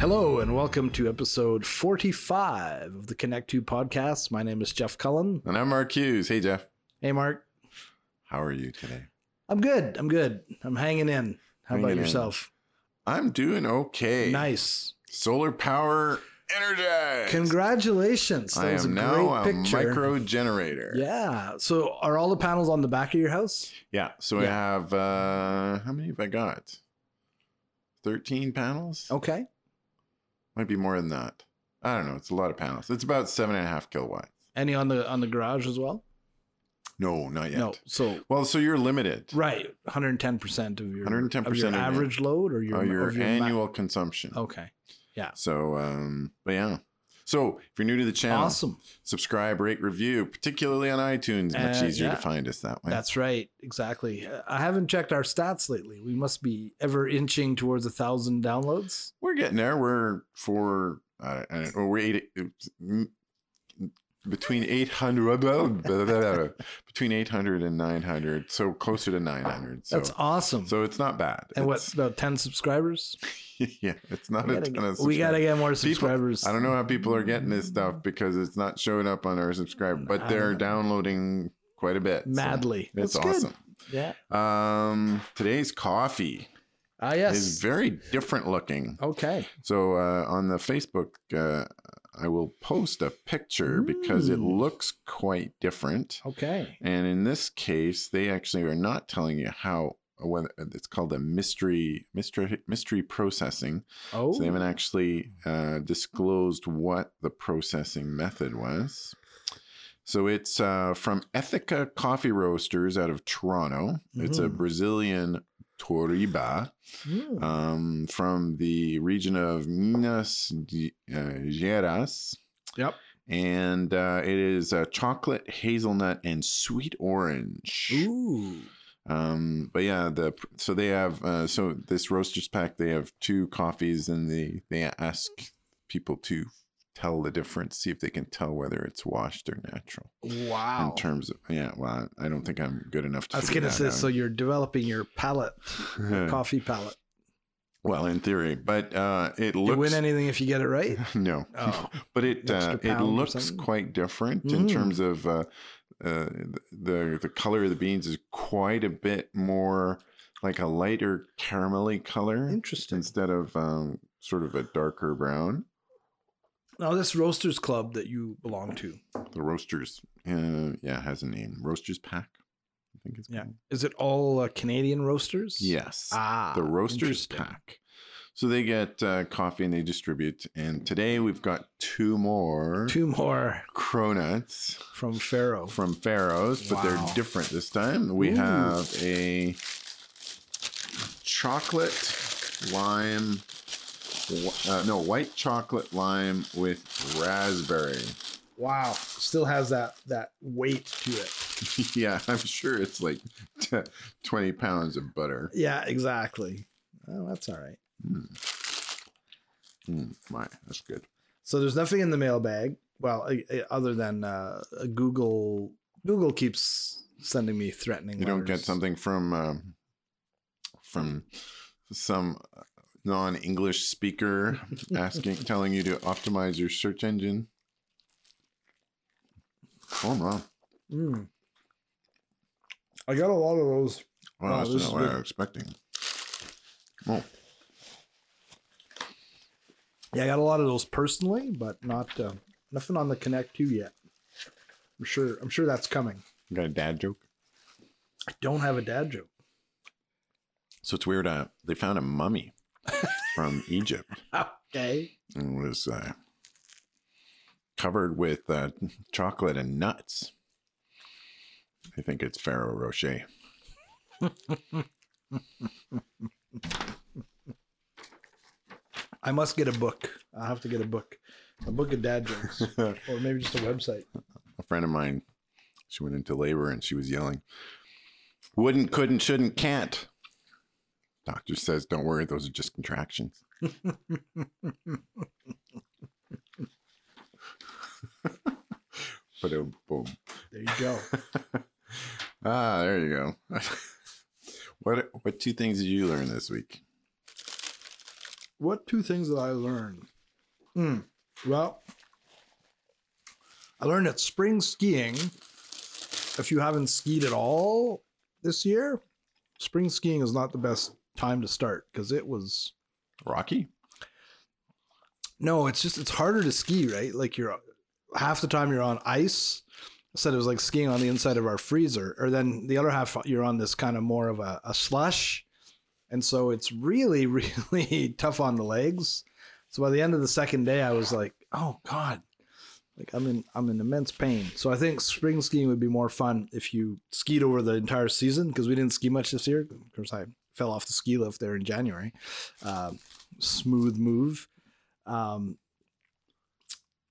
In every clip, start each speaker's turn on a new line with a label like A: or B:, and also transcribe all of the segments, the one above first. A: Hello and welcome to episode 45 of the Connect 2 podcast. My name is Jeff Cullen.
B: And I'm Mark Hughes. Hey, Jeff.
A: Hey, Mark.
B: How are you today?
A: I'm good. I'm good. I'm hanging in. How
B: Hanging
A: about
B: in.
A: yourself?
B: I'm doing okay.
A: Nice.
B: Solar power energized.
A: Congratulations. That
B: I
A: was a
B: am
A: great
B: now a
A: picture.
B: micro generator.
A: yeah. So are all the panels on the back of your house?
B: Yeah. So I
A: Yeah.
B: have, uh, how many have I got? 13 panels?
A: Okay.
B: Might be more than that. I don't know. It's a lot of panels. It's about seven and a half kilowatts.
A: Any on the on the garage as well?
B: No, not yet.
A: No. So
B: Well, so you're limited.
A: right, 110% of your
B: 110%
A: of your
B: of your-
A: average load or your
B: Your, your,
A: of your ma- Oh,
B: annual consumption.
A: okay.
B: So, um, but yeah. So if you're new to the channel,
A: Awesome.
B: subscribe, rate, review, particularly on iTunes. Much
A: Uh,
B: easier
A: yeah.
B: to find us that way.
A: That's right, exactly. Uh, I haven't checked our stats lately. We must be ever inching towards a thousand downloads.
B: we're getting there. We're for uh, I don't know, we're eight mm, between eight hundred between eight hundred and nine hundred, so closer to nine hundred. So
A: That's awesome.
B: so it's not bad.
A: and what
B: It's-
A: about ten subscribers?
B: yeah, it's not
A: We
B: a
A: gotta,
B: ton of
A: get, we gotta
B: subscribers.
A: get more
B: People-
A: subscribers.
B: I don't know how people are getting this stuff because it's not showing up on our subscribe, but
A: Mm, I
B: they're
A: don't know.
B: downloading quite a bit. so
A: Madly,
B: it's
A: That's good.
B: awesome.
A: Yeah.
B: Um, today's coffee
A: Ah, yes. Oh.
B: is very different looking.
A: okay.
B: So uh, on the Facebook, uh, I will post a picture because it
A: Mm.
B: looks quite different.
A: Okay.
B: And in this case, they actually are not telling you how. When it's called a mystery, mystery, mystery processing.
A: Oh.
B: So they haven't actually uh, disclosed what the processing method was. So it's uh, from Ethica Coffee Roasters out of Toronto. It's a
A: Mhm.
B: Brazilian Toriba
A: Mm.
B: um, from the region of Minas Ge- uh, Gerais.
A: Yep.
B: And uh, it is uh, chocolate, hazelnut, and sweet orange.
A: Ooh.
B: Um, but yeah, the so they have uh, so this roasters pack they have two coffees and they they ask people to tell the difference, see if they can tell whether it's washed or natural.
A: Wow.
B: In terms of yeah, well, I don't think I'm good enough to.
A: I was
B: figure
A: gonna
B: that uh,
A: say.
B: out.
A: So you're developing your palate, your coffee palate.
B: well, in theory, but uh, it
A: You win
B: looks
A: anything if you get it right.
B: no,
A: Oh.
B: but it
A: Extra
B: uh, it
A: pound or
B: looks
A: something?
B: quite different in
A: Mm.
B: terms of uh, uh, the the color of the beans is quite a bit more like a lighter caramelly color
A: Interesting.
B: instead of um, sort of a darker brown.
A: Now this roasters club that you belong to,
B: The roasters, uh, yeah, has a name. Roasters pack, I think it's
A: Yeah.
B: called.
A: is it all uh, Canadian roasters?
B: Yes,
A: Ah,
B: the roasters
A: interesting.
B: pack. So they get uh, coffee and they distribute. And today we've got two more
A: Two more
B: cronuts.
A: from Pharaoh.
B: from Pharaoh's, but
A: Wow.
B: they're different this time. We
A: Ooh.
B: have a chocolate lime, wh- uh, no, white chocolate lime with raspberry.
A: Wow, still has that that weight to it.
B: yeah, I'm sure it's like t- 20 pounds of butter.
A: Yeah, exactly. Oh, that's all right.
B: Mm, my, that's good.
A: So there's nothing in the mailbag. Well, I, I- other than uh, a Google, Google keeps sending me threatening.
B: You don't get
A: letters.
B: something from um, from some non-English speaker asking, telling you to optimize your search engine. Oh no!
A: Mm. I got a lot of those.
B: Well,
A: Wow,
B: that's
A: this
B: not
A: is
B: what I
A: good.
B: was expecting. Oh,
A: Yeah, I got a lot of those personally, but not uh, nothing on the Connect Two yet. I'm sure. I'm sure that's coming.
B: you got a dad joke.
A: I don't have a dad joke.
B: So it's weird. Uh, they found a mummy from Egypt
A: Okay.
B: and it was uh, covered with uh, chocolate and nuts. I think it's Ferrero Rocher.
A: I must get a book. I have to get a book, a book of dad jokes, or maybe just a website.
B: a friend of mine she went into labor and she was yelling wouldn't couldn't shouldn't can't doctor says don't worry those are just contractions but boom
A: There you go.
B: ah there you go what what two things did you learn this week
A: what two things did I learn? Hmm. well, I learned that spring skiing, if you haven't skied at all this year, spring skiing is not the best time to start because it was
B: Rocky?
A: no, it's just it's harder to ski, right? Like you're half the time you're on ice. I said it was like skiing on the inside of our freezer, or then the other half you're on this kind of more of a, a slush, and so it's really really tough on the legs. So by the end of the second day, I was like, oh god, like I'm in I'm in immense pain. So I think spring skiing would be more fun if you skied over the entire season because we didn't ski much this year. Of course, I fell off the ski lift there in January. Um, smooth move um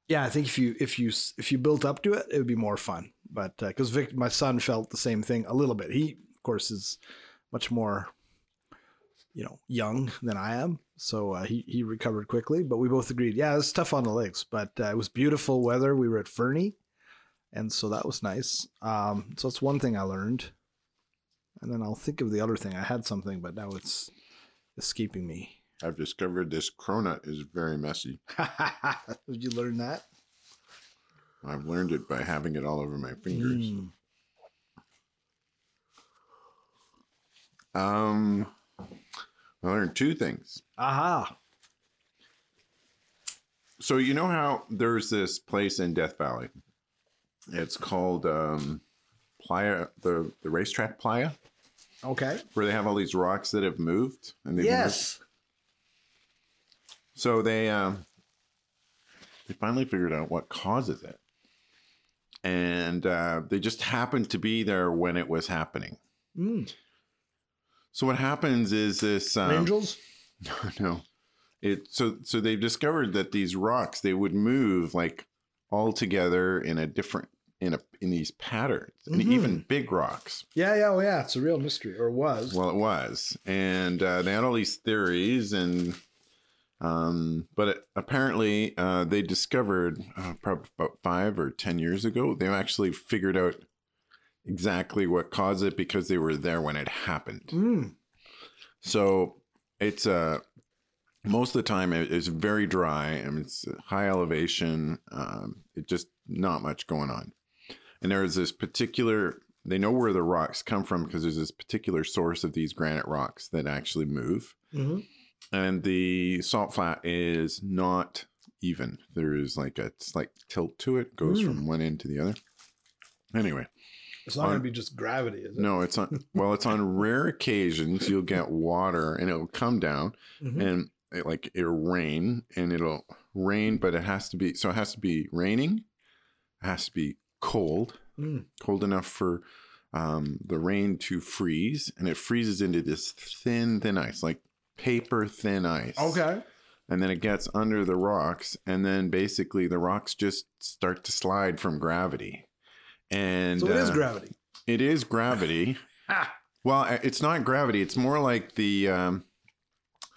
A: yeah i think if you if you if you built up to it it would be more fun but because vic my son felt the same thing a little bit he of course is much more you know young than i am so uh, he, he recovered quickly but we both agreed yeah it's tough on the legs but uh, it was beautiful weather we were at fernie and so that was nice um so that's one thing i learned and then i'll think of the other thing i had something but now it's escaping me
B: I've discovered this cronut is very messy.
A: did you learn that
B: I've learned it by having it all over my fingers.
A: Mm.
B: Um, I learned two things.
A: Aha.
B: So you know how there's this place in Death Valley. It's called um, Playa, the the racetrack Playa,
A: Okay.
B: where they have all these rocks that have moved, and they've moved.
A: Yes.
B: So they um, they finally figured out what causes it, and uh, they just happened to be there when it was happening.
A: Mm.
B: So what happens is this um,
A: Angels.
B: No, no. It so so they've discovered that these rocks they would move like all together in a different in a in these patterns and
A: Mhm.
B: even big rocks.
A: Yeah, yeah, well, yeah. It's a real mystery, or was.
B: Well, it was, and uh, they had all these theories and. Um, but it, apparently, uh, they discovered uh, probably about five or ten years ago. They actually figured out exactly what caused it because they were there when it happened.
A: Mm.
B: So it's uh most of the time it- it's very dry and it's high elevation. Um, it just not much going on. And there is this particular. They know where the rocks come from because there's this particular source of these granite rocks that actually move.
A: hmm
B: And the salt flat is not even. There is like a slight tilt to it, goes from one end to the other. Anyway,
A: It's not going to be just gravity, is it?
B: no, it's on. Well, it's on rare occasions you'll get water and it'll come down
A: Mhm.
B: and it, like it'll rain and it'll rain but it has to be so it has to be raining it has to be cold
A: Mm.
B: cold enough for um, the rain to freeze and it freezes into this thin thin ice like paper thin ice
A: Okay.
B: and then it gets under the rocks and then basically the rocks just start to slide from gravity and
A: so it is
B: uh,
A: gravity.
B: it is gravity
A: Ah.
B: well, I- it's not gravity. It's more like the um,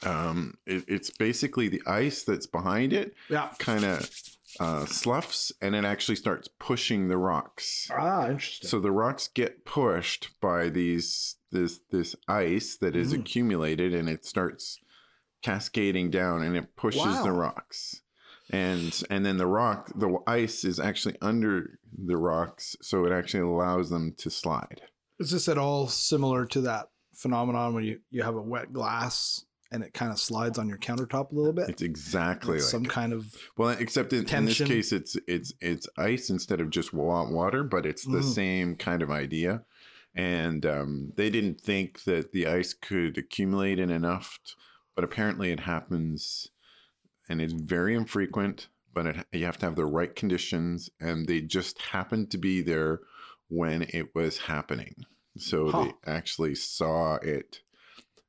B: um, it, it's basically the ice that's behind it,
A: Yeah.
B: kind of uh, sloughs, and it actually starts pushing the rocks.
A: Ah, interesting.
B: So the rocks get pushed by these this this ice that is
A: Mhm.
B: accumulated, and it starts cascading down, and it pushes the
A: Wow.
B: rocks. And and then the rock, the ice is actually under the rocks, so it actually allows them to slide.
A: is this at all similar to that phenomenon when you, you have a wet glass and it kind of slides on your countertop a little bit?
B: It's exactly
A: It's
B: like
A: some kind of.
B: Well, except in, in this
A: Tension.
B: case, it's it's it's ice instead of just wa- water, but it's the
A: Mm.
B: same kind of idea. And um, they didn't think that the ice could accumulate in enough, t- but apparently it happens, and it's very infrequent. But it, you have to have the right conditions, and they just happened to be there when it was happening. So
A: Huh.
B: they actually saw it,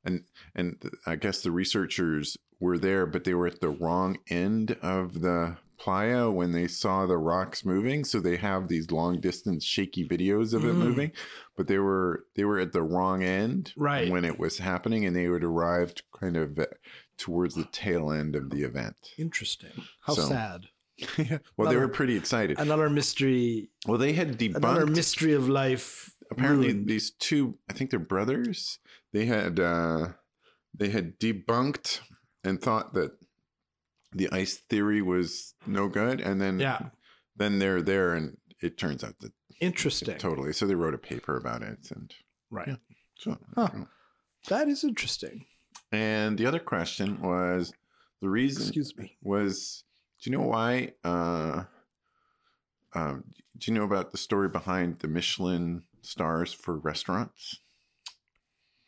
B: and and th- I guess the researchers were there, but they were at the wrong end of the playa when they saw the rocks moving. So they have these long distance shaky videos of it
A: Mm.
B: moving, but they were they were at the wrong end
A: Right.
B: when it was happening, and they had arrived kind of uh, towards the tail end of the event.
A: Interesting. How
B: So-
A: sad.
B: Well, they
A: Another-
B: were pretty excited.
A: Another mystery.
B: Well, they had
A: Another
B: debunked
A: mystery of life.
B: apparently
A: ruined.
B: these two i think they're brothers they had uh they had debunked and thought that the ice theory was no good, and then
A: Yeah.
B: then they're there, and it turns out that
A: Interesting.
B: totally. So they wrote a paper about it, and
A: Right.
B: Yeah. so
A: Huh. That is interesting.
B: and the other question was the reason
A: Excuse me.
B: was do you know why? Uh, um, do you know about the story behind the Michelin stars for restaurants?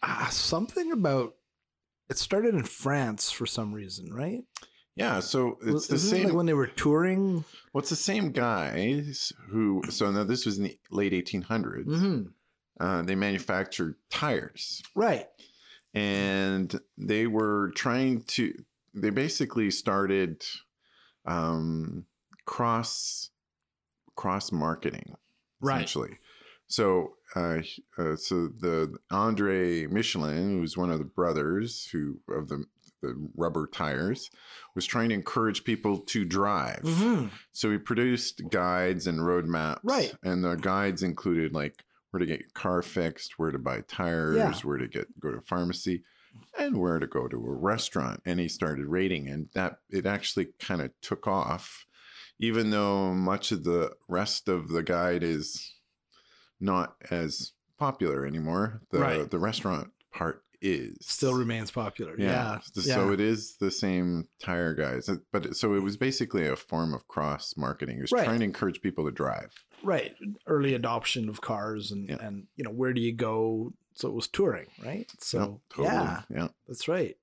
A: Ah, something about it started in France for some reason, right?
B: Yeah, so it's
A: Isn't
B: the
A: it
B: same.
A: like when they were touring.
B: Well, it's the same guys who. So now this was in the late 1800s.
A: Mhm.
B: Uh, they manufactured tires,
A: Right.
B: and they were trying to. They basically started um, cross cross marketing,
A: Right.
B: essentially. So, uh, he- uh, so the Andre Michelin, who's one of the brothers who of the the rubber tires, was trying to encourage people to drive.
A: Mhm.
B: So we produced guides and roadmaps.
A: Right.
B: And the guides included like where to get your car fixed, where to buy tires,
A: Yeah.
B: where to get go to a pharmacy, and where to go to a restaurant. And he started rating and that it actually kind of took off. Even though much of the rest of the guide is not as popular anymore, the
A: Right.
B: the restaurant part is
A: Still remains popular.
B: yeah.
A: Yeah.
B: S- So it is the same tire guys, Uh, but it- so it was basically a form of cross marketing. It was
A: Right.
B: trying to encourage people to drive.
A: right. Early adoption of cars and
B: Yeah.
A: and you know where do you go? So it was touring, right? So yeah.
B: yeah.
A: That's right.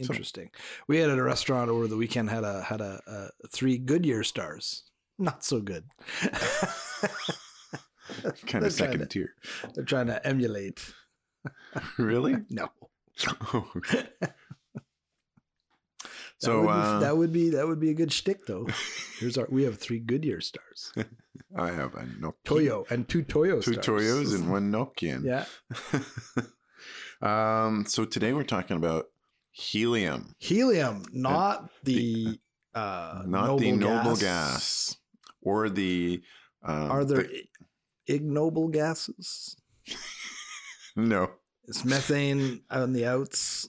B: So-
A: Interesting. we had at a restaurant over the weekend had a had a, a three Goodyear stars. Not so good.
B: kind of
A: That's right.
B: second tier.
A: They're trying to emulate.
B: really?
A: No. That
B: so
A: would be,
B: uh,
A: that would be that would be a good shtick though. Here's our we have three Goodyear stars,
B: I have a Nokia,
A: Toyo and two Toyo
B: two
A: stars.
B: Toyos, and one Nokian.
A: yeah,
B: um. So today we're talking about helium,
A: helium, not the, uh,
B: not the noble gas, or the. Um,
A: Are there
B: the-
A: i- ignoble gases?
B: no?
A: Is methane on the outs?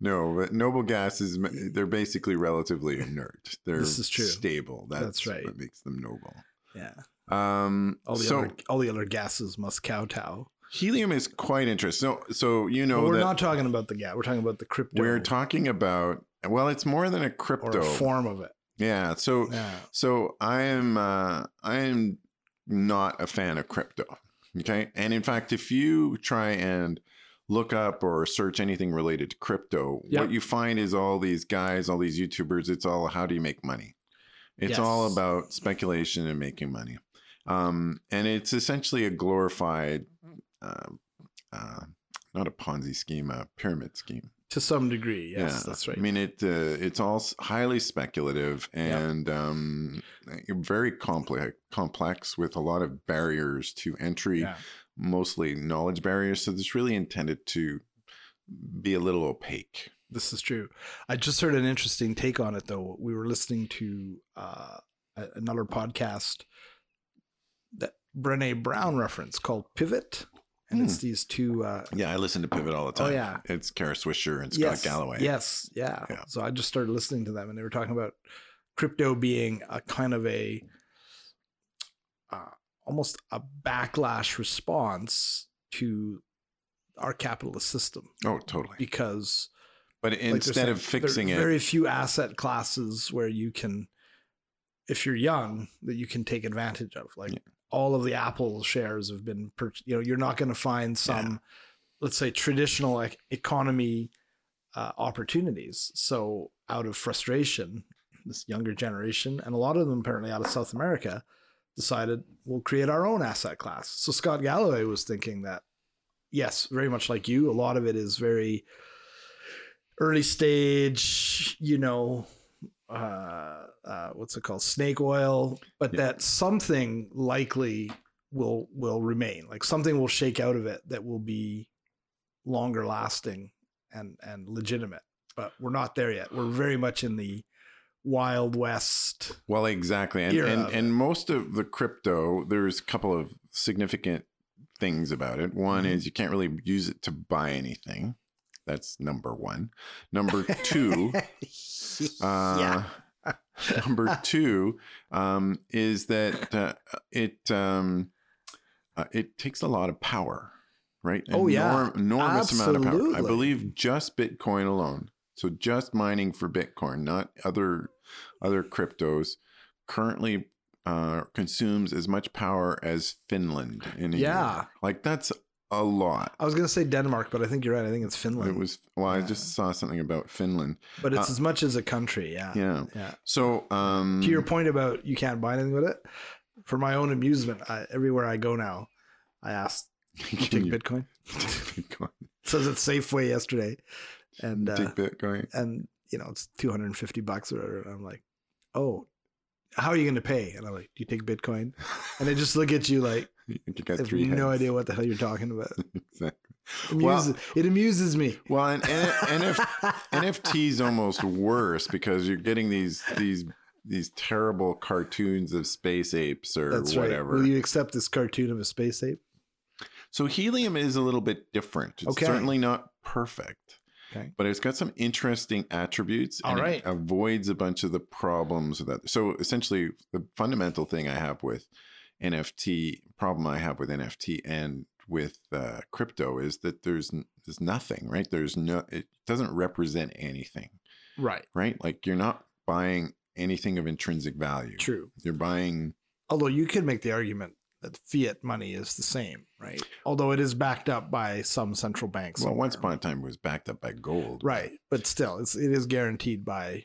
B: No, but noble gases, they're basically relatively inert. They're
A: This is true.
B: stable. That's,
A: That's right.
B: what makes them noble.
A: Yeah,
B: Um,
A: all the
B: so
A: other all the other gases must kowtow.
B: helium is quite interesting. So, so you
A: but
B: know
A: we're
B: that
A: not talking about the gas. We're talking about the crypto
B: we're talking about, well, it's more than a
A: or
B: crypto.
A: a form of it.
B: yeah. So,
A: Yeah.
B: so I am, uh, I am not a fan of crypto. Okay. And in fact, if you try and look up or search anything related to crypto,
A: Yeah.
B: what you find is all these guys, all these YouTubers, it's all how do you make money? It's all
A: Yes.
B: about speculation and making money. Um, and it's essentially a glorified, uh, uh, not a Ponzi scheme, a pyramid scheme.
A: To some degree, yes, that's right.
B: I mean, it uh, it's all s- highly speculative and um, very complex, complex with a lot of barriers to entry,
A: Yeah.
B: mostly knowledge barriers. So it's really intended to be a little opaque.
A: This is true. I just heard an interesting take on it, though. We were listening to uh, a- another podcast that Brene Brown reference called Pivot, and it's
B: Hmm.
A: these two. Uh,
B: Yeah, I listen to Pivot all the
A: Oh,
B: time.
A: yeah.
B: it's Kara Swisher and Scott
A: yes,
B: Galloway.
A: Yes, yeah.
B: Yeah.
A: So I just started listening to them, and they were talking about crypto being a kind of a uh, almost a backlash response to our capitalist system
B: Oh, totally.
A: because
B: But
A: Like there's
B: instead
A: no-
B: of fixing
A: there
B: it,
A: are very few asset classes where you can if you're young that you can take advantage of like
B: Yeah.
A: all of the apple shares have been pur- you know you're not going to find some let's say traditional like economy uh, opportunities so out of frustration this younger generation and a lot of them apparently out of south america decided we'll create our own asset class so scott galloway was thinking that yes very much like you a lot of it is very early stage, you know, uh, uh, what's it called, snake oil, but
B: Yeah.
A: that something likely will will remain. Like something will shake out of it that will be longer lasting and and legitimate. But we're not there yet. We're very much in the wild west.
B: Well, exactly. And,
A: era
B: and
A: of
B: and most of the crypto, there's a couple of significant things about it. One
A: Mhm.
B: is you can't really use it to buy anything. That's number one. Number two,
A: yeah.
B: uh, number two um, is that uh, it um, uh, it takes a lot of power, right?
A: Oh, yeah.
B: enormous amount of power. I
A: Absolutely.
B: believe just Bitcoin alone. So just mining for Bitcoin, not other other cryptos, currently uh, consumes as much power as Finland in a
A: Yeah.
B: year. Like that's a lot.
A: I was gonna say Denmark, but I think you're right. I think it's Finland.
B: It was well, I
A: Yeah.
B: just saw something about Finland.
A: but it's
B: uh,
A: as much as a country. Yeah.
B: Yeah.
A: Yeah.
B: So um
A: To your point about you can't buy anything with it, for my own amusement, I, everywhere I go now, I ask
B: can
A: take
B: you-
A: Bitcoin.
B: take Bitcoin.
A: So it's Safeway yesterday, and uh,
B: Take Bitcoin.
A: and you know it's 250 bucks or whatever. And I'm like, oh, how are you going to pay? And I'm like, do you take Bitcoin? And they just look at you like,
B: You
A: I
B: got
A: have
B: three
A: no
B: heads.
A: idea what the hell you're talking about.
B: Exactly. Well-
A: Amuses, it amuses me.
B: Well, and, and, NF, NFTs almost worse because you're getting these these these terrible cartoons of space apes or
A: That's right.
B: whatever.
A: Will you accept this cartoon of a space ape?
B: So helium is a little bit different. It's
A: Okay.
B: certainly not perfect.
A: Okay.
B: But it's got some interesting attributes
A: All
B: and
A: right.
B: it avoids a bunch of the problems that so essentially the fundamental thing I have with NFT problem I have with NFT and with uh, crypto is that there's n- there's nothing, right? There's no it doesn't represent anything,
A: Right.
B: right? Like you're not buying anything of intrinsic value.
A: True.
B: You're buying
A: Although you could make the argument that fiat money is the same, right? Although it is backed up by some central banks.
B: well, once upon a time it was backed up by gold.
A: Right, but still, it's it is guaranteed by,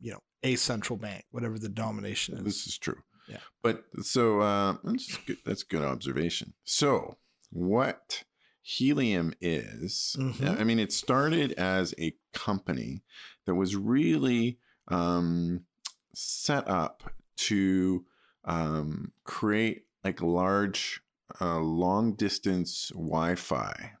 A: you know, a central bank, whatever the domination is.
B: This is true.
A: Yeah.
B: But so uh, that's good. That's good observation. So what helium is? uh,
A: Mhm.
B: I mean, it started as a company that was really um, set up to um, create like large, uh, long distance Wi-Fi.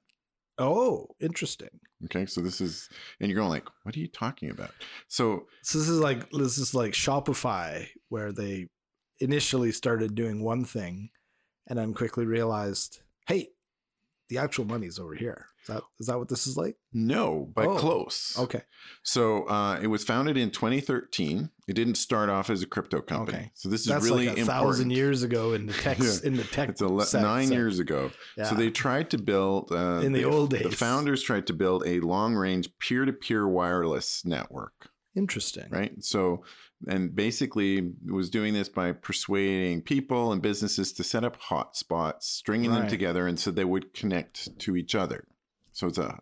A: Oh, interesting.
B: Okay, so this is, and you're going like, what are you talking about? So
A: So this is like this is like Shopify, where they initially started doing one thing, and then quickly realized, hey, the actual money's over here. Is that is that what this is like?
B: no, but
A: Oh,
B: close.
A: Okay,
B: So uh, it was founded in 2013. It didn't start off as a crypto company.
A: Okay.
B: So this is
A: that's
B: really
A: like a
B: important.
A: thousand years ago in the tech
B: Yeah.
A: in the tech.
B: It's ele-
A: sec-
B: nine
A: sec-
B: years ago.
A: Yeah.
B: So they tried to build uh,
A: in the
B: they-
A: old days.
B: The founders tried to build a long-range peer-to-peer wireless network,
A: Interesting.
B: right? So, and basically was doing this by persuading people and businesses to set up hotspots, stringing them
A: Right.
B: together, and so they would connect to each other. So it's a,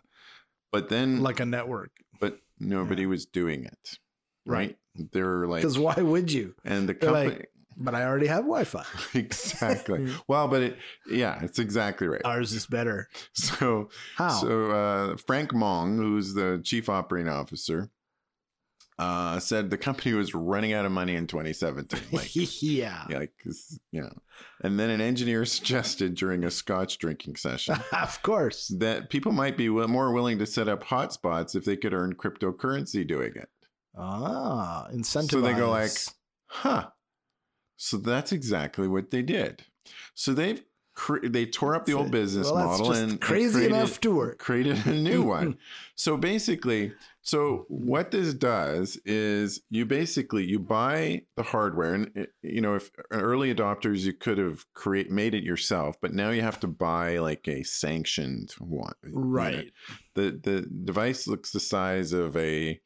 B: but then,
A: Like a network,
B: but nobody was doing it, right? They're like,
A: Because why would you?
B: and the
A: They're like- Hmm.
B: company
A: But I already have Wi-Fi.
B: exactly well but it yeah it's exactly right
A: Ours is better.
B: so
A: Uh, How?
B: so uh, frank mong who's the chief operating officer uh, said the company was running out of money in 2017 like
A: yeah.
B: yeah like 'cause, you know and then an engineer suggested during a scotch drinking session
A: of course.
B: that people might be wi- more willing to set up hotspots if they could earn cryptocurrency doing it
A: Ah, incentive.
B: So they go like- Huh. So that's exactly what they did. So they've cre- they tore up the old business model and
A: crazy
B: created,
A: enough to work.
B: created a new one. So basically, so what this does is you basically you buy the hardware and it- you know if uh, early adopters you could have create made it yourself, but now you have to buy like a sanctioned one.
A: Right.
B: The the device looks the size of a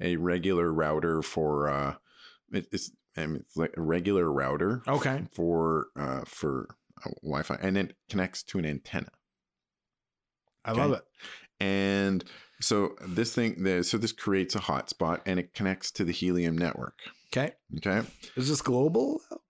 B: a regular router for uh it, it's I mean, it's like a regular router
A: Okay.
B: for uh for uh, Wi-Fi and it connects to an antenna.
A: I
B: Okay.
A: love it.
B: And so this thing there so this creates a hotspot and it connects to the Helium network,
A: Okay.
B: okay?
A: Is this global?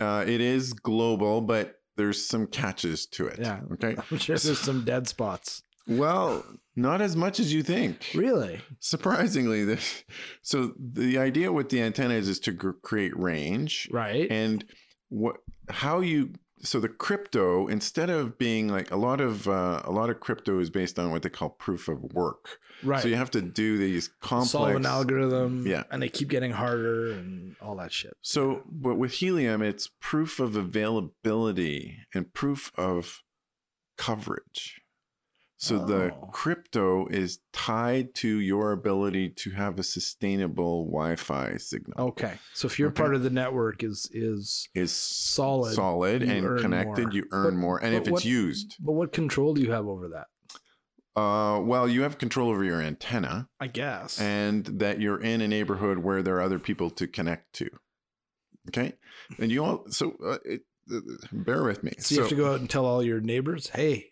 B: Uh it is global but there's some catches to it.
A: Yeah.
B: Okay.
A: I'm sure there's some dead spots.
B: Well, not as much as you think.
A: Really?
B: surprisingly this so the idea with the antenna is, is to gr- create range
A: Right.
B: and what how you so the crypto instead of being like a lot of uh, a lot of crypto is based on what they call proof of work
A: right.
B: so you have to do these complex
A: Solve an algorithm.
B: Yeah.
A: And they keep getting harder and all that shit.
B: so but with helium it's proof of availability and proof of coverage So the
C: Oh.
B: crypto is tied to your ability to have a sustainable Wi-Fi signal.
A: Okay. So if you're
B: Okay.
A: part of the network is is
B: Is
A: Solid,
B: solid,
A: you earn
B: and connected.
A: more.
B: You earn
A: But-
B: more, and
A: but
B: if it's
A: what-
B: used,
A: but what control do you have over that?
B: uh, well, you have control over your antenna,
A: I guess.
B: and that you're in a neighborhood where there are other people to connect to. Okay, and you all so uh, it, uh, bear with me.
A: so you have to go out and tell all your neighbors, hey,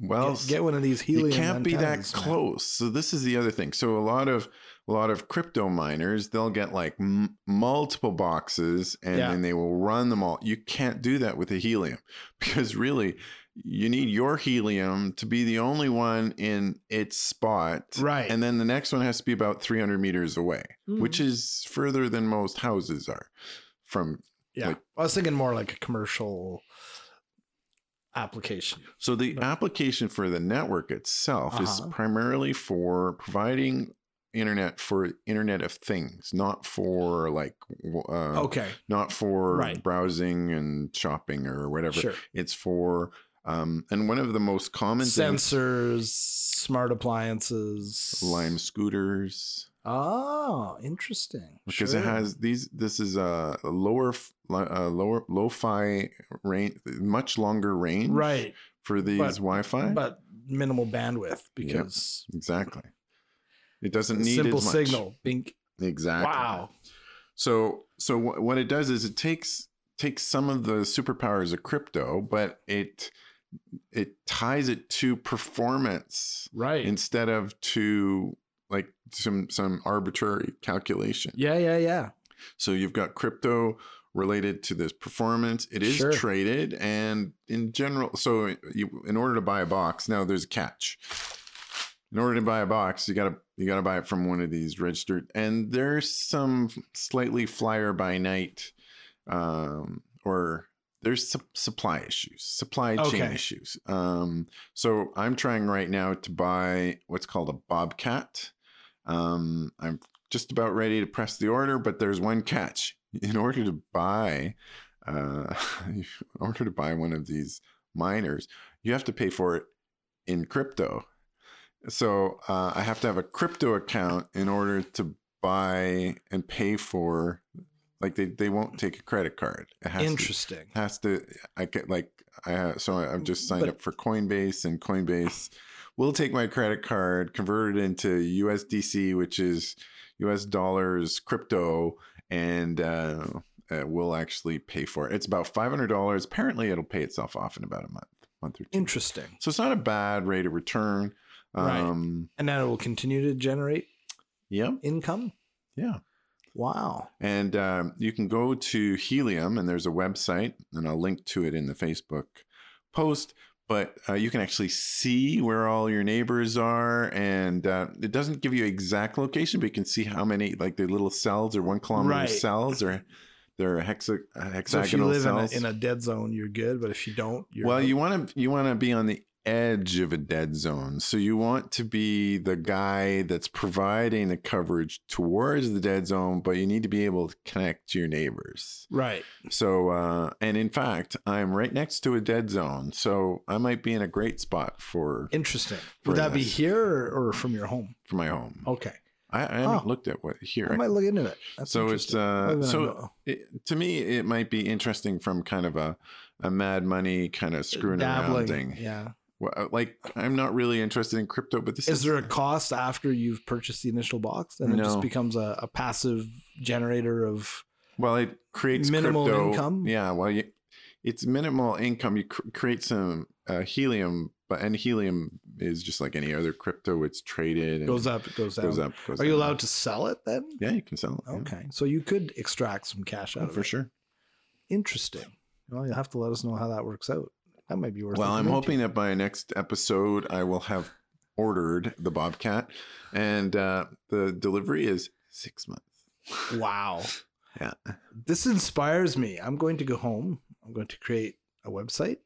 B: well,
A: get, get one of these helium.
B: you can't be that
A: antennas, man."
B: close so this is the other thing so a lot of a lot of crypto miners they'll get like m- multiple boxes and
A: Yeah.
B: then they will run them all you can't do that with the helium because really you need your helium to be the only one in its spot
A: Right.
B: and then the next one has to be about 300 meters away
A: Mhm.
B: which is further than most houses are from
A: yeah.
B: like-
A: I was thinking more like a commercial application.
B: So the
A: But-
B: application for the network itself is
A: Uh-huh.
B: primarily for providing internet for Internet of Things, not for like w- uh,
A: okay.
B: not for
A: Oh, Right.
B: browsing and shopping or whatever.
A: Sure.
B: It's for um, and one of the most common things
A: Sensors, smart appliances.
B: Lime scooters
A: Oh, interesting.
B: because it
A: Sure.
B: has these. This is a lower, f- li- uh lower lo-fi range, much longer range,
A: right,
B: For these
A: But-
B: Wi-Fi,
A: but minimal bandwidth because
B: exactly, it doesn't need
A: simple
B: as much.
A: signal. Bink.
B: Exactly.
A: Wow.
B: So so wh- what it does is it takes takes some of the superpowers of crypto, but it it ties it to performance
A: Right.
B: instead of to like some some arbitrary calculation.
A: yeah, yeah, yeah.
B: So you've got crypto related to this performance. It is
A: Sure.
B: traded and in general so you in order to buy a box, now there's a catch. In order to buy a box, you got to you got to buy it from one of these registered and there's some slightly flyer by night um or there's su- supply issues, supply chain
A: Okay.
B: issues. Um so I'm trying right now to buy what's called a bobcat. Um, I'm just about ready to press the order, but there's one catch. In order to buy, uh, in order to buy one of these miners, you have to pay for it in crypto. So uh, I have to have a crypto account in order to buy and pay for. Like they, they won't take a credit card. It has to
A: Interesting.
B: has to i get like i have, so i've just signed
A: But-
B: up for coinbase and coinbase will take my credit card convert it into usdc which is us dollars crypto and uh, uh, we'll actually pay for it it's about $500 apparently it'll pay itself off in about a month month or two
A: Interesting.
B: so it's not a bad rate of return
A: Right.
B: um
A: And then it will continue to generate
B: yeah
A: income.
B: yeah
A: Wow.
B: And um, you can go to Helium, and there's a website, and I'll link to it in the Facebook post. But uh, you can actually see where all your neighbors are, and uh, it doesn't give you exact location, but you can see how many, like their little cells or one kilometer
A: Right.
B: cells or their hexa- uh,
A: So if you
B: hexagonal
A: live in a,
B: cells.
A: in a dead zone, you're good. But if you don't, you're
B: well, you want to you want to be on the edge of a dead zone, so you want to be the guy that's providing the coverage towards the dead zone, but you need to be able to connect to your neighbors.
A: right.
B: So, uh, and in fact, I'm right next to a dead zone, so I might be in a great spot for
A: Interesting.
B: Very
A: Would that be
B: nice.
A: here or, or from your home?
B: for my home.
A: Okay.
B: I, I haven't
A: Oh.
B: looked at what here.
A: I might look into it. That's
B: so it's
A: interesting. Other
B: uh,
A: than I
B: so
A: know-
B: it, to me, it might be interesting from kind of a a mad money kind of screwing around
A: dabbling,
B: thing.
A: Yeah.
B: Well, uh, Like I'm not really interested in crypto, but this
A: Is
B: is,
A: there a cost after you've purchased the initial box, and it
B: No.
A: just becomes a, a passive generator of?
B: well, it creates
A: minimal
B: crypto.
A: income?
B: Yeah, well, you, it's minimal income. You cr- create some uh, helium, but and helium is just like any other crypto. It's traded and
A: Goes up, it goes down.
B: goes up. Goes
A: Are you
B: down.
A: allowed to sell it then?
B: Yeah, you can sell it. yeah.
A: Okay, so you could extract some cash out
B: Oh,
A: of
B: for
A: it.
B: sure.
A: Interesting. Well, you'll have to let us know how that works out. That might be worth.
B: Well, I'm
A: looking
B: hoping that by next episode, I will have ordered the Bobcat, and uh, the delivery is six months.
A: into. Wow.
B: Yeah.
A: This inspires me. I'm going to go home. I'm going to create a website.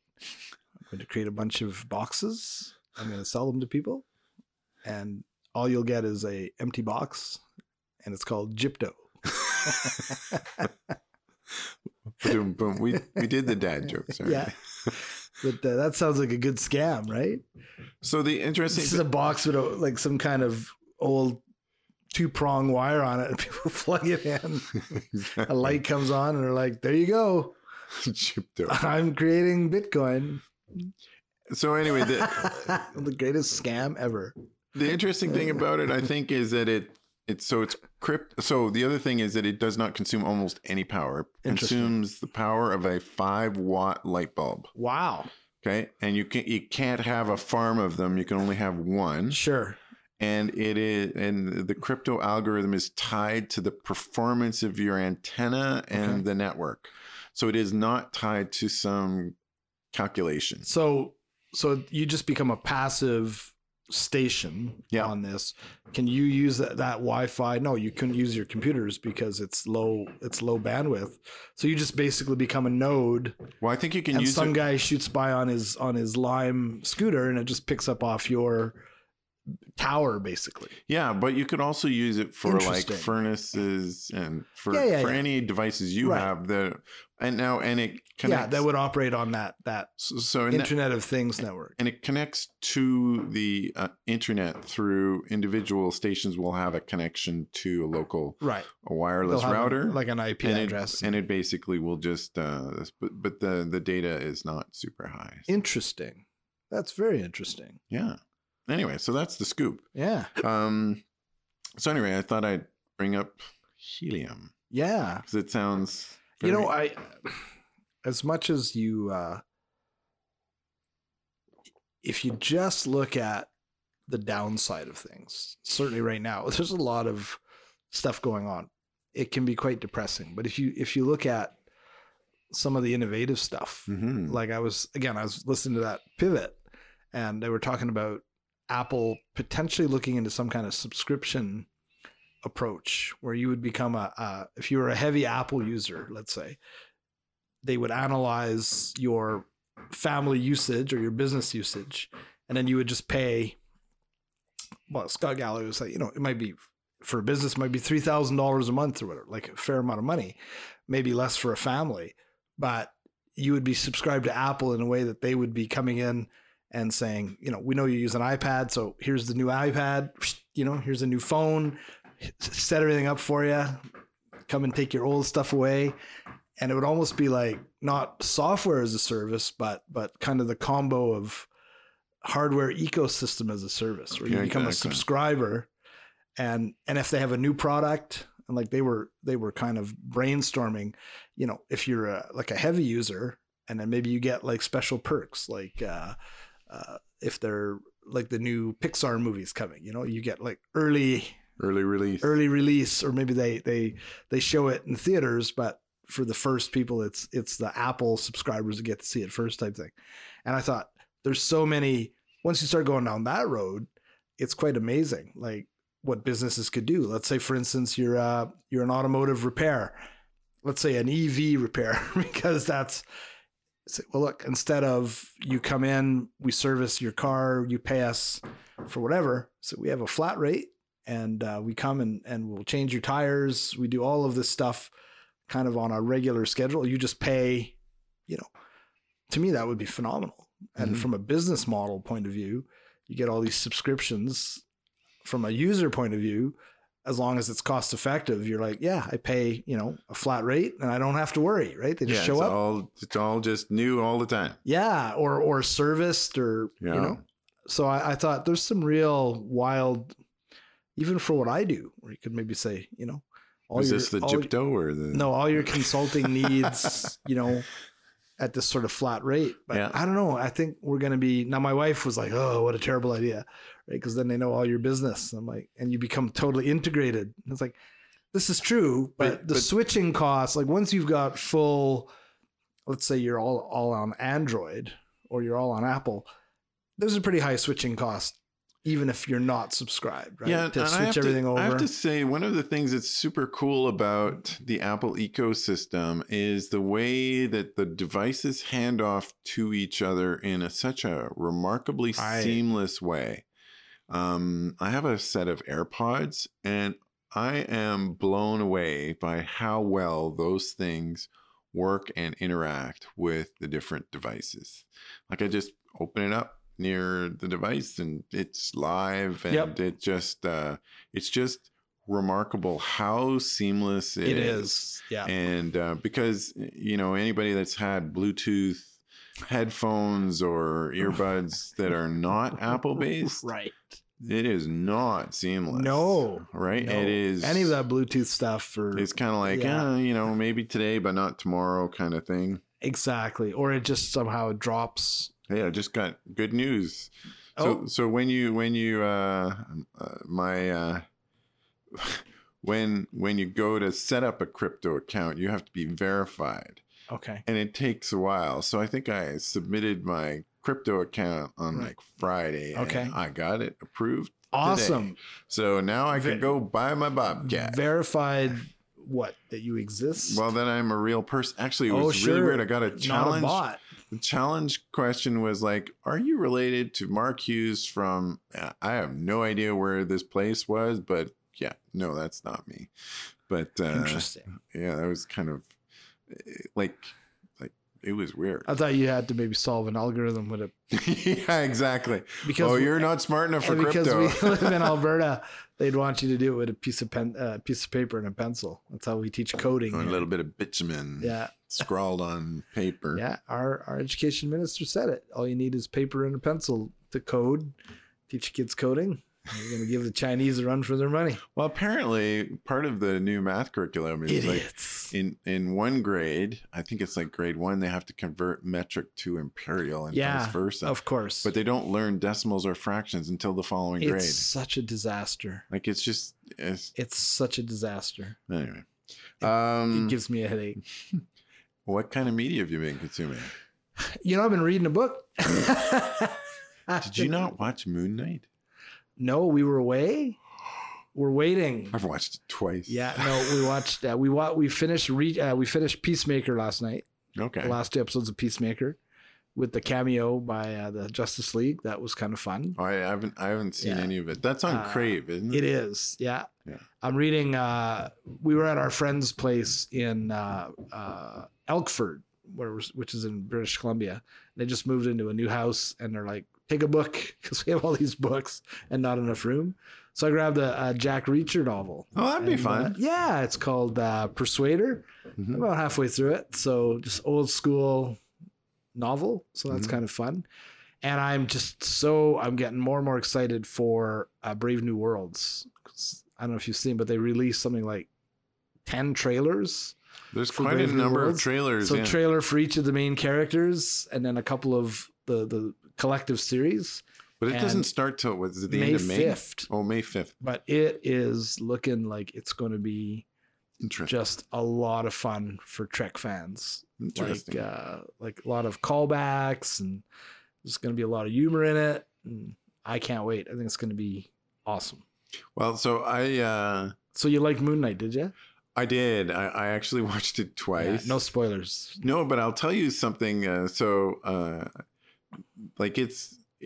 A: I'm going to create a bunch of boxes. I'm going to sell them to people, and all you'll get is a empty box, and it's called Gypto.
B: Boom, boom. We we did the dad jokes. all right.
A: Yeah. But uh, that sounds like a good scam, right?
B: So the interesting
A: This is a box with a, like some kind of old two prong wire on it, and people plug it in. A light comes on, and they're like, "There you go.
B: chipped out.
A: I'm creating Bitcoin."
B: So anyway, the,
A: the greatest scam ever.
B: the interesting thing about it, I think, is that it it's so it's crypt. So the other thing is that it does not consume almost any power. It
A: Interesting.
B: consumes the power of a five watt light bulb.
A: Wow.
B: Okay, and you can you can't have a farm of them. You can only have one.
A: Sure.
B: and it is and the crypto algorithm is tied to the performance of your antenna and
A: Okay.
B: the network so it is not tied to some calculations
A: So so you just become a passive station
B: Yeah.
A: on this. Can you use that, that Wi-Fi? No, you couldn't use your computers because it's low it's low bandwidth. So you just basically become a node
B: well i think you can
A: and
B: use
A: some
B: it
A: guy shoots by on his on his Lime scooter and it just picks up off your tower basically.
B: yeah but you could also use it for like
A: Interesting.
B: furnaces and for
A: Yeah, yeah,
B: for
A: yeah.
B: any devices you
A: Right.
B: have that and now and it connects
A: Yeah, that would operate on that that
B: so, so in that-
A: Internet of Things network.
B: and it connects to the uh, internet through individual stations will have a connection to a local
A: Right.
B: a wireless
A: They'll have a-
B: router
A: like an IP
B: and
A: address.
B: It, and it basically will just, uh, this- but, but the, the data is not super high.
A: interesting. That's very interesting.
B: yeah. Anyway, so that's the scoop.
A: Yeah.
B: Um, so anyway, I thought I'd bring up helium
A: Yeah.
B: because it sounds.
A: you know
B: very-
A: i as much as you uh if you just look at the downside of things certainly right now there's a lot of stuff going on it can be quite depressing but if you if you look at some of the innovative stuff
B: Mhm.
A: like i was again i was listening to that pivot and they were talking about apple potentially looking into some kind of subscription approach where you would become a, a if you were a heavy apple user let's say they would analyze your family usage or your business usage and then you would just pay well scott galloway was like you know it might be for a business it might be $3000 a month or whatever like a fair amount of money maybe less for a family but you would be subscribed to apple in a way that they would be coming in and saying you know we know you use an ipad so here's the new ipad you know here's a new phone set everything up for you come and take your old stuff away and it would almost be like not software as a service but but kind of the combo of hardware ecosystem as a service where you
B: Yeah,
A: become a
B: exactly.
A: subscriber and and if they have a new product and like they were they were kind of brainstorming you know if you're a, like a heavy user and then maybe you get like special perks like uh, uh if they're like the new pixar movies coming you know you get like early
B: early release.
A: early release or maybe they they they show it in theaters but for the first people it's it's the apple subscribers that get to see it first type thing and i thought there's so many once you start going down that road it's quite amazing like what businesses could do let's say for instance you're uh you're an automotive repair let's say an ev repair because that's say, well look instead of you come in we service your car you pay us for whatever so we have a flat rate and uh, we come and, and we'll change your tires. We do all of this stuff kind of on a regular schedule. You just pay, you know, to me, that would be phenomenal. And
B: Mhm.
A: from a business model point of view, you get all these subscriptions. From a user point of view, as long as it's cost effective, you're like, yeah, I pay, you know, a flat rate and I don't have to worry, right? They just
B: yeah,
A: show
B: it's
A: up.
B: All, it's all just new all the time.
A: yeah. Or, or serviced or,
B: Yeah.
A: you know, so I, I thought there's some real wild, even for what I do, where you could maybe say, you know, all
B: Is
A: your,
B: this the
A: all-
B: gypto or the.
A: no, all your consulting needs, you know, at this sort of flat rate. But
B: Yeah.
A: I don't know. I think we're going to be now. My wife was like, "Oh, what a terrible idea," right? Because then they know all your business. I'm like, and you become totally integrated. And it's like, this is true, but,
B: But-
A: the
B: but-
A: switching costs, like once you've got full, let's say you're all all on Android or you're all on Apple, there's a pretty high switching cost. Even if you're not subscribed, right? to
B: and I have
A: switch
B: to-
A: everything over.
B: I have to say, one of the things that's super cool about the Apple ecosystem is the way that the devices hand off to each other in a, such a remarkably
A: I-
B: seamless way. Um, I have a set of AirPods, and I am blown away by how well those things work and interact with the different devices. Like I just open it up, near the device and it's live and
A: Yep.
B: it just uh it's just remarkable how seamless
A: it
B: is.
A: is. Yeah.
B: And uh, because you know anybody that's had Bluetooth headphones or earbuds that are not Apple based,
A: right.
B: it is not seamless.
A: No.
B: right?
A: No.
B: It is
A: Any of that Bluetooth stuff or
B: It's kind of like
A: Yeah.
B: "Ah, you know maybe today but not tomorrow kind of thing.
A: exactly, or it just somehow drops.
B: Yeah, I just got good news. So
A: oh,
B: so when you when you uh, uh my uh when when you go to set up a crypto account, you have to be verified,
A: okay.
B: and it takes a while. So I think I submitted my crypto account on
A: Right.
B: like Friday. and
A: Hmm. Okay.
B: I got it approved.
A: Awesome.
B: So now I can
A: Ve-
B: go buy my Bobcat.
A: Verified what that you exist.
B: well, then I'm a real person. Actually, it was
A: Oh,
B: really
A: sure.
B: weird. I got a
A: not a
B: challenge.
A: bot.
B: the challenge question was like, "Are you related to Mark Hughes from?" uh, I have no idea where this place was, but yeah, no, that's not me. But uh,
A: Interesting.
B: yeah, that was kind of eh, like, like it was weird.
A: I thought you had to maybe solve an algorithm with it
B: yeah, exactly.
A: because
B: oh, you're not smart enough for
A: and because
B: crypto.
A: we live in Alberta, they'd want you to do it with a piece of pen, uh, piece of paper and a pencil. That's how we teach coding.
B: a
A: here.
B: little bit of bitumen
A: Yeah,
B: scrawled on paper.
A: yeah. Our our education minister said it. All you need is paper and a pencil to code. Teach kids coding. You're gonna give the Chinese a run for their money.
B: Well, apparently, part of the new math curriculum is like
A: Idiots.
B: in in one grade i think it's like grade one they have to convert metric to imperial and
A: Yeah,
B: vice versa
A: of course,
B: but they don't learn decimals or fractions until the following
A: it's
B: grade
A: such a disaster.
B: like it's just it's
A: It's such a disaster.
B: anyway um
A: It gives me a headache.
B: what kind of media have you been consuming
A: You know, I've been reading a book.
B: did you not watch moon knight
A: No, we were away. We're waiting.
B: i've watched it twice
A: Yeah, no, we watched. Uh, we wa- We finished. Re- uh, we finished Peacemaker last night.
B: okay
A: The last two episodes of Peacemaker, with the cameo by uh, the Justice League. That was kind of fun.
B: Oh, I haven't. I haven't seen
A: Yeah.
B: any of it. That's on
A: Uh,
B: Crave, isn't
A: It
B: it?
A: is. Yeah.
B: Mm-hmm. Yeah.
A: I'm reading. Uh, we were at our friend's place in uh, uh, Elkford, where we're, which is in British Columbia. They just moved into a new house, and they're like, "Take a book," because we have all these books and not enough room. So I grabbed a, a Jack Reacher novel.
B: Oh, that'd be
A: And, uh, mm-hmm.
B: fun.
A: yeah, it's called uh, Persuader.
B: Mhm.
A: I'm about halfway through it, so just old school novel. So that's
B: Mhm.
A: kind of fun. And I'm just so I'm getting more and more excited for uh, Brave New Worlds. 'Cause I don't know if you've seen, but they released something like ten trailers.
B: There's
A: for
B: quite
A: Brave
B: a
A: New
B: number of
A: Worlds.
B: trailers.
A: So
B: yeah.
A: trailer for each of the main characters, and then a couple of the the collective series.
B: but it doesn't
A: and
B: start till was it the
A: May
B: end of May?
A: fifth,
B: Oh, May fifth.
A: but it is looking like it's going to be
B: Interesting.
A: just a lot of fun for Trek fans.
B: Interesting.
A: like uh, like a lot of callbacks and there's going to be a lot of humor in it. And I can't wait. I think it's going to be awesome.
B: Well, so I uh
A: So you liked Moon Knight, did you?
B: I did. I, I actually watched it twice.
A: no spoilers.
B: no, but I'll tell you something. Uh, so uh like it's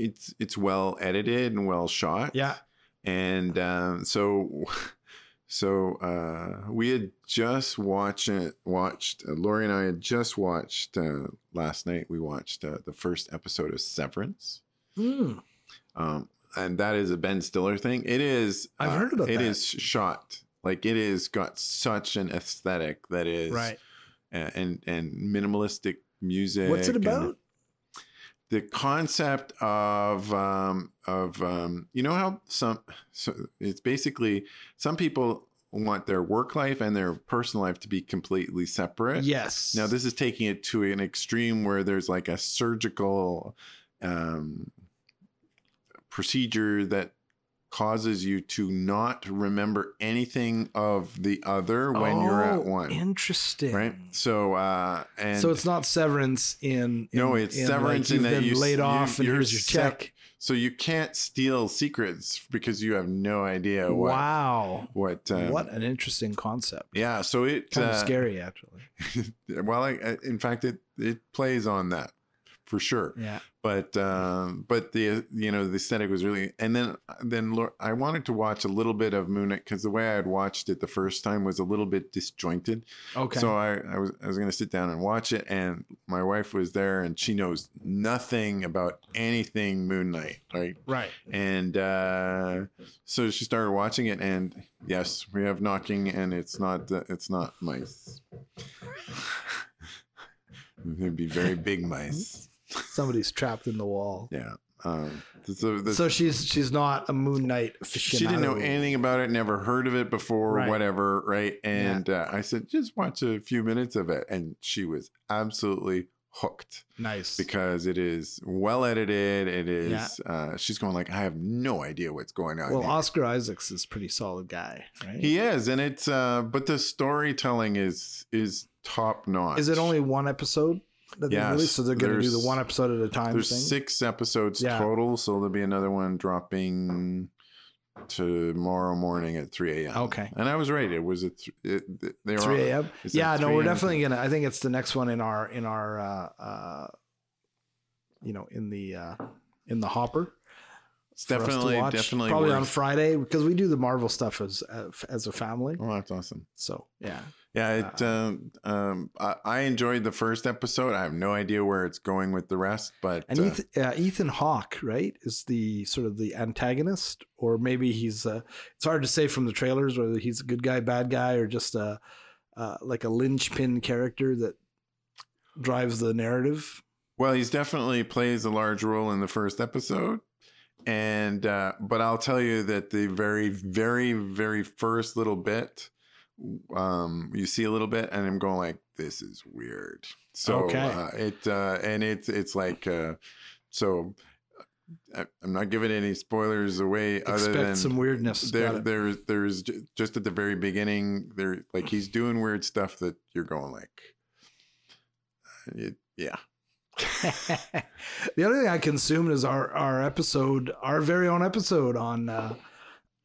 B: it's it's well edited and well shot.
A: Yeah.
B: And um so so uh we had just watched it watched uh, Lori and I had just watched uh last night we watched uh, the first episode of Severance.
A: Hmm.
B: Um, and that is a Ben Stiller thing. It is. uh,
A: I've heard about
B: It
A: that.
B: is shot like it is got such an aesthetic that is
A: right.
B: a- and and minimalistic music.
A: What's it
B: and
A: about?
B: The concept of um, of um, you know how some so it's basically some people want their work life and their personal life to be completely separate.
A: Yes.
B: Now this is taking it to an extreme where there's like a surgical um, procedure that causes you to not remember anything of the other when you're
A: Oh,
B: at one,
A: Interesting.
B: right? So uh, and
A: so it's not severance in, in
B: No, it's
A: in,
B: severance
A: like
B: in
A: you've
B: that
A: been
B: you-
A: laid
B: you-
A: off and
B: you're
A: here's your
B: sep-
A: check.
B: so you can't steal secrets because you have no idea what
A: Wow.
B: what um,
A: what an interesting concept.
B: yeah. So it
A: Kind
B: uh,
A: of scary actually.
B: well, I, I- in fact, it it plays on that for sure.
A: Yeah.
B: But um, but the you know the aesthetic was really and then then Lor- I wanted to watch a little bit of Moon Knight because the way I had watched it the first time was a little bit disjointed.
A: Okay.
B: So I, I was I was gonna sit down and watch it, and my wife was there, and she knows nothing about anything Moon Knight, right?
A: right.
B: And uh, so she started watching it, and yes, we have knocking, and it's not the, it's not mice. It'd be very big mice.
A: Somebody's trapped in the wall.
B: Yeah. Um, so the,
A: so she's she's not a Moon Knight aficionado.
B: she didn't know anything about it, never heard of it before,
A: Right.
B: whatever, right? And uh, I said, just watch a few minutes of it, and she was absolutely hooked
A: Nice.
B: because it is well edited. It is. Uh, she's going like, I have no idea what's going on.
A: well,
B: here."
A: Oscar Isaacs is a pretty solid guy, right?
B: He is, and it's. Uh, but the storytelling is is top notch.
A: is it only one episode that
B: Yes,
A: they released? So they're going to do
B: there's-
A: the one episode at a time
B: There's
A: thing.
B: six episodes
A: Yeah.
B: total, so there'll be another one dropping tomorrow morning at 3 a.m.
A: Okay.
B: And I was right. It was a th- it, they were
A: 3 a.m.
B: It's
A: Yeah,
B: at
A: no,
B: 3
A: we're
B: a.m.
A: definitely gonna. I think it's the next one in our in our uh, uh you know in the uh in the hopper.
B: It's
A: for us to
B: definitely,
A: watch.
B: definitely.
A: probably
B: worth-
A: on Friday because we do the Marvel stuff as uh, as a family.
B: Oh, that's awesome.
A: So yeah,
B: Yeah, it.
A: uh,
B: um, um, I, I enjoyed the first episode. I have no idea where it's going with the rest, but
A: and
B: uh,
A: Ethan, uh, Ethan Hawke, right, is the sort of the antagonist, or maybe he's. Uh, it's hard to say from the trailers whether he's a good guy, bad guy, or just a uh, like a linchpin character that drives the narrative.
B: well, he's definitely plays a large role in the first episode, and uh, but I'll tell you that the very, very, very first little bit, um, you see a little bit, and I'm going like, this is weird. So
A: Okay.
B: uh, it uh, and it's it's like uh, so. I- I'm not giving any spoilers away. other
A: Expect
B: than
A: some weirdness. Got
B: there,
A: it.
B: there's there's ju- just at the very beginning there like he's doing weird stuff that you're going like "Uh, it, yeah
A: the other thing I consumed is our our episode, our very own episode on uh,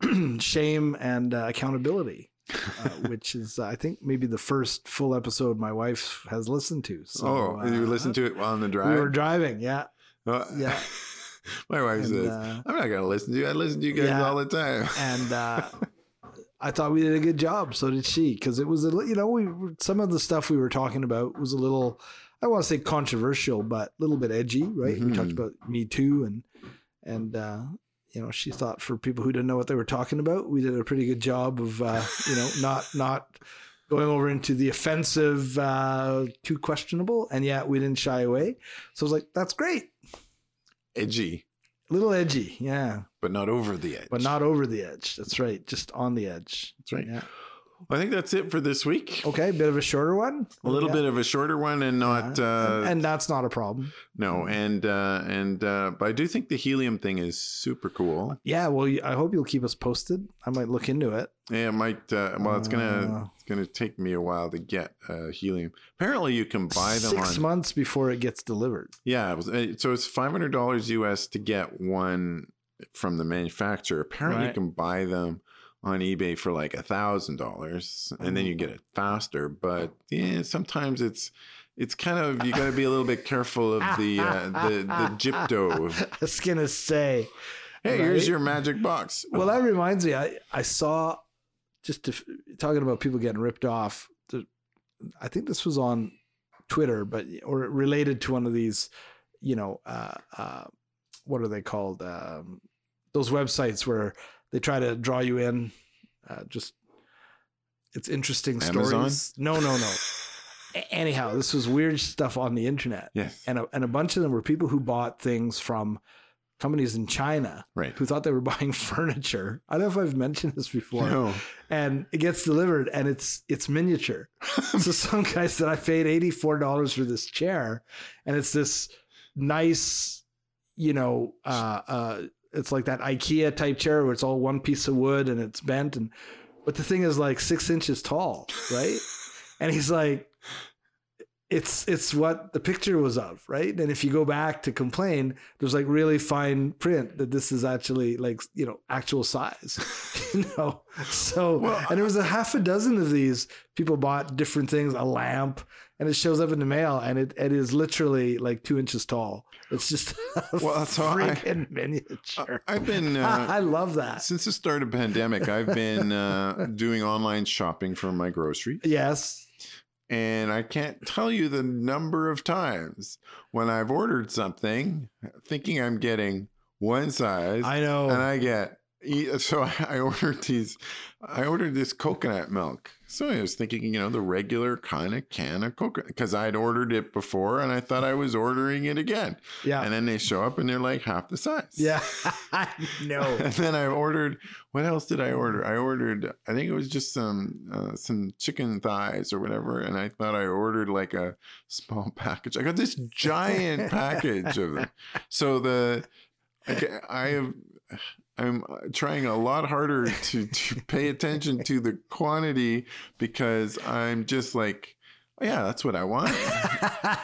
A: shame and uh, accountability, uh, which is uh, I think maybe the first full episode my wife has listened to. So, uh,
B: oh you listened to it on the drive
A: We were driving, yeah,
B: Uh,
A: yeah.
B: my wife
A: and
B: says
A: uh,
B: i'm not gonna listen to you i listen to you guys
A: Yeah.
B: all the time
A: and uh, I thought we did a good job. So did she, because it was a li- you know we were- some of the stuff we were talking about was a little I don't want to say controversial, but a little bit edgy, right? We talked
B: Mhm.
A: about Me Too and and uh, you know she thought for people who didn't know what they were talking about, we did a pretty good job of uh, you know not not. Going over into the offensive, uh, too questionable, and yet we didn't shy away. So I was like, "That's great,
B: edgy
A: a little edgy, yeah,
B: but not over the edge
A: but not over the edge. That's right, just on the edge.
B: that's right
A: Yeah.
B: i think that's it for this week
A: Okay, bit of a shorter one.
B: a little bit of a shorter one and not uh
A: and, and that's not a problem.
B: no and uh and uh but i do think the helium thing is super cool
A: Yeah, well, you- I hope you'll keep us posted. I might look into it.
B: Yeah, it might. Uh, well, it's gonna
A: Uh.
B: it's gonna take me a while to get uh, helium. Apparently, you can buy them
A: Six
B: on.
A: months before it gets delivered.
B: Yeah, it was, uh, so it's five hundred dollars US to get one from the manufacturer. Apparently, you
A: Right.
B: can buy them on eBay for like a thousand dollars, and then you get it faster. But yeah, sometimes it's. It's kind of you got to be a little bit careful of the uh, the the gypto.
A: I was gonna say.
B: Hey, here's
A: Right.
B: your magic box.
A: Well, that reminds me. I I saw just to, talking about people getting ripped off. The, I think this was on Twitter, but or related to one of these. You know, uh, uh, what are they called? Um, those websites where they try to draw you in. Uh, just it's interesting
B: Amazon?
A: stories. No, no, no. A- Anyhow, this was weird stuff on the internet,
B: yes,
A: and a, and a bunch of them were people who bought things from companies in China
B: right.
A: who thought they were buying furniture. I don't know if I've mentioned this before.
B: No.
A: And it gets delivered and it's it's miniature. so some guy said I paid $84 for this chair and it's this nice, you know, uh uh it's like that IKEA type chair where it's all one piece of wood and it's bent and but the thing is like six inches tall, right? and he's like it's it's what the picture was of, right? And if you go back to complain, there's like really fine print that this is actually like you know actual size, you know. So
B: Well,
A: and there was a half a dozen of these people bought different things, a lamp, and it shows up in the mail, and it, it is literally like two inches tall. It's just a
B: Well, so I-
A: freaking miniature.
B: I've been uh,
A: I love that.
B: since the start of pandemic. I've been uh, doing online shopping for my grocery,
A: Yes.
B: and I can't tell you the number of times when I've ordered something thinking I'm getting one size,
A: I know.
B: and I get e, uh, so I ordered these. I ordered this coconut milk. So I was thinking, you know, the regular kind of can of coconut because I'd ordered it before and I thought I was ordering it again.
A: yeah.
B: And then they show up and they're like half the size.
A: yeah. I know.
B: and then I ordered. What else did I order? I ordered. I think it was just some uh, some chicken thighs or whatever. And I thought I ordered like a small package. I got this giant package of them. So the I, ca- I have. I'm trying a lot harder to, to pay attention to the quantity because I'm just like, oh, yeah, that's what I want.
A: I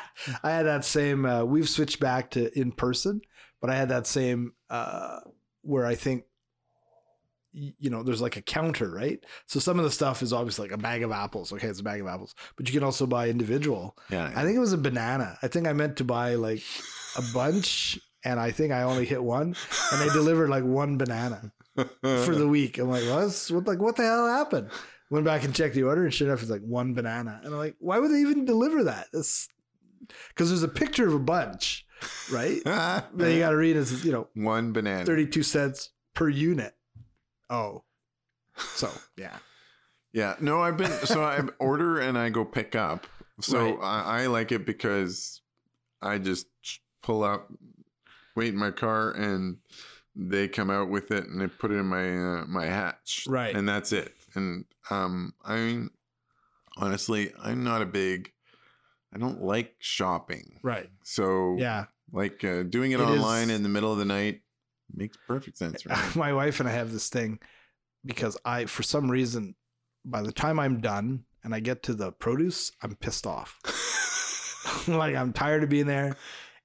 A: had that same. Uh, we've switched back to in person, but I had that same uh, where I think y- you know there's like a counter, right? So some of the stuff is obviously like a bag of apples. Okay, it's a bag of apples, but you can also buy individual. I
B: Yeah.
A: think it was a banana. I think I meant to buy like a bunch, and I think I only hit one, and they delivered like one banana for the week. I'm like, what's what? Like, what the hell happened? Went back and checked the order, and sure enough, it's like one banana. And I'm like, why would they even deliver that? That's because there's a picture of a bunch, right? then you got to read is you know
B: one banana.
A: 32 cents per unit. Oh, so yeah,
B: Yeah, no, I've been so I order and I go pick up. So
A: Right.
B: I, I like it because I just pull up, wait in my car, and they come out with it and they put it in my uh, my hatch,
A: Right.
B: And that's it. And um, I mean, honestly, I'm not a big, I don't like shopping.
A: right,
B: So
A: yeah.
B: like uh, doing it,
A: It is-
B: online in the middle of the night makes perfect sense. Right?
A: my wife and I have this thing because I, for some reason, by the time I'm done and I get to the produce, I'm pissed off. like I'm tired of being there.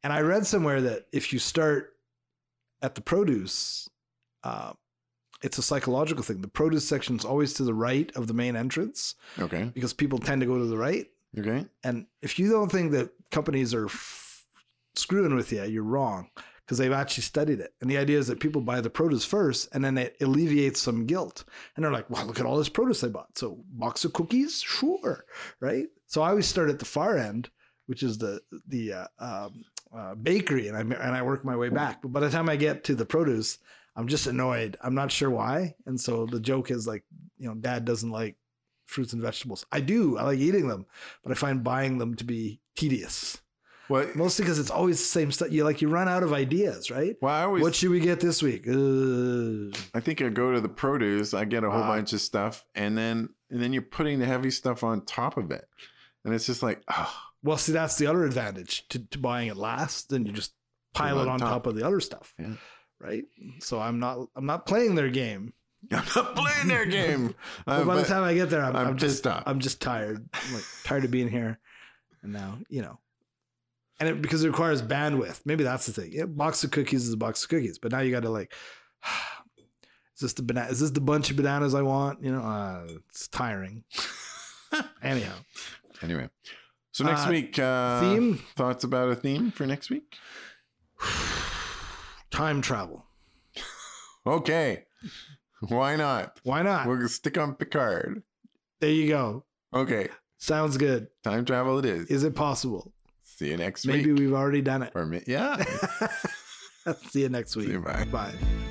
A: And I read somewhere that if you start at the produce, uh, it's a psychological thing. The produce section is always to the right of the main entrance
B: okay.
A: because people tend to go to the right.
B: Okay.
A: And if you don't think that companies are f- screwing with you, you're wrong because they've actually studied it. And the idea is that people buy the produce first and then it alleviates some guilt. And they're like, wow, look at all this produce I bought. So, box of cookies? Sure. Right. So, I always start at the far end, which is the, the, uh, um, uh, bakery and I and I work my way back. But by the time I get to the produce, I'm just annoyed. I'm not sure why. And so the joke is like, you know, Dad doesn't like fruits and vegetables. I do. I like eating them, but I find buying them to be tedious.
B: Well,
A: Mostly because it's always the same stuff. You like you run out of ideas, right?
B: well, I always
A: What should we get this week? Uh, Ugh.
B: I think I go to the produce, I get a whole
A: Ah.
B: bunch of stuff, and then and then you're putting the heavy stuff on top of it. And it's just like, oh,
A: Well, see, that's the other advantage to, to buying it last. Then you just pile
B: Put
A: it on top. of the other stuff,
B: Yeah.
A: right? So I'm not I'm not playing their game.
B: I'm not playing their game.
A: But
B: Uh,
A: by the
B: but
A: time I get there, I'm,
B: I'm,
A: I'm just
B: pissed off.
A: I'm just tired. I'm like tired of being here. And now, you know. And it because it requires bandwidth. Maybe that's the thing. Yeah, box of cookies is a box of cookies. But now you gotta like is this the banana is this the bunch of bananas I want? You know, uh, it's tiring. Anyhow.
B: anyway, so next
A: Uh,
B: week, uh,
A: theme?
B: thoughts about a theme for next week?
A: Time travel.
B: Okay, why not?
A: Why not?
B: We're gonna stick on Picard.
A: there you go.
B: Okay,
A: Sounds good.
B: time travel. It is.
A: Is it possible?
B: See you next
A: Maybe
B: week.
A: we've already done it.
B: Or, mi- yeah.
A: See you next
B: See
A: week.
B: you, bye.
A: Bye.